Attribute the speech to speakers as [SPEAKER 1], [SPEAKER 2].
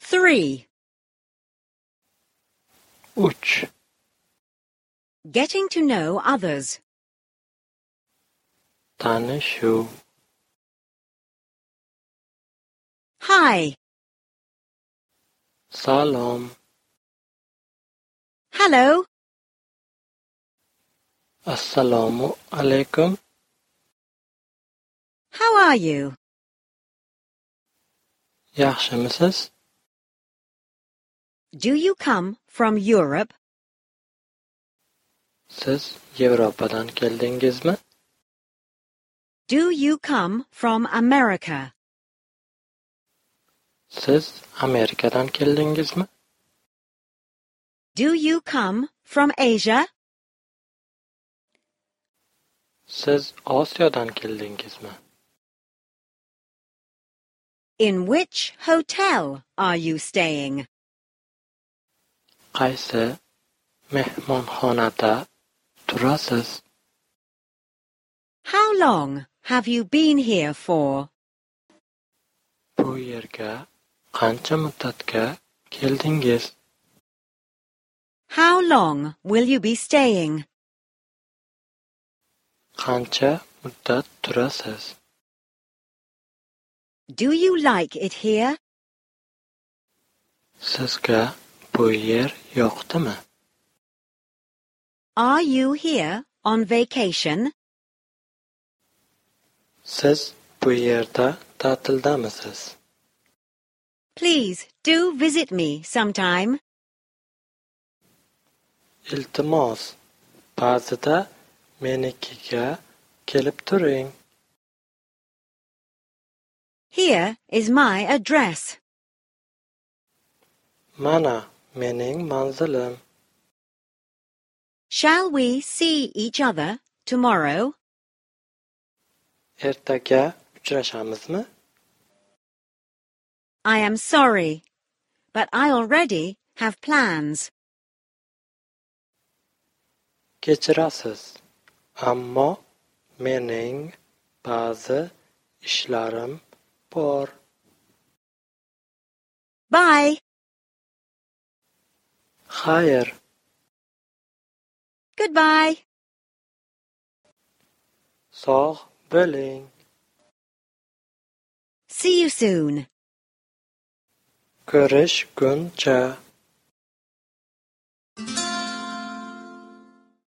[SPEAKER 1] Three.
[SPEAKER 2] Üç.
[SPEAKER 1] Getting to know others.
[SPEAKER 2] Tanışu.
[SPEAKER 1] Hi.
[SPEAKER 2] Salam.
[SPEAKER 1] Hello.
[SPEAKER 2] Assalamu alaikum.
[SPEAKER 1] How are you?
[SPEAKER 2] Yaxshi misiz?
[SPEAKER 1] Do you come from Europe?
[SPEAKER 2] Siz Yevropadan keldingizmi?
[SPEAKER 1] Do you come from America?
[SPEAKER 2] Siz Amerikadan keldingizmi?
[SPEAKER 1] Do you come from Asia?
[SPEAKER 2] Siz Osiyodan keldingizmi?
[SPEAKER 1] In which hotel are you staying?
[SPEAKER 2] Qaysi mehmonxonada turasiz?
[SPEAKER 1] How long have you been here for?
[SPEAKER 2] Bu yerga qancha muddatga keldingiz?
[SPEAKER 1] How long will you be staying?
[SPEAKER 2] Qancha muddat turasiz?
[SPEAKER 1] Do you like it here?
[SPEAKER 2] Sizga bu yer yoqdimi?
[SPEAKER 1] Are you here on vacation?
[SPEAKER 2] Siz bu yerda ta'tildamisiz?
[SPEAKER 1] Please do visit me sometime.
[SPEAKER 2] Iltimos, ba'zida menikiga kelib turing.
[SPEAKER 1] Here is my address.
[SPEAKER 2] Mana mening manzilim.
[SPEAKER 1] Shall we see each other tomorrow?
[SPEAKER 2] Ertaga uchrashamizmi?
[SPEAKER 1] I am sorry, but I already have plans.
[SPEAKER 2] Kechirasiz. Ammo mening ba'zi ishlarim bor.
[SPEAKER 1] Bye.
[SPEAKER 2] Xayr,
[SPEAKER 1] Goodbye.
[SPEAKER 2] sog' bo'ling.
[SPEAKER 1] See you soon.
[SPEAKER 2] Ko'rishguncha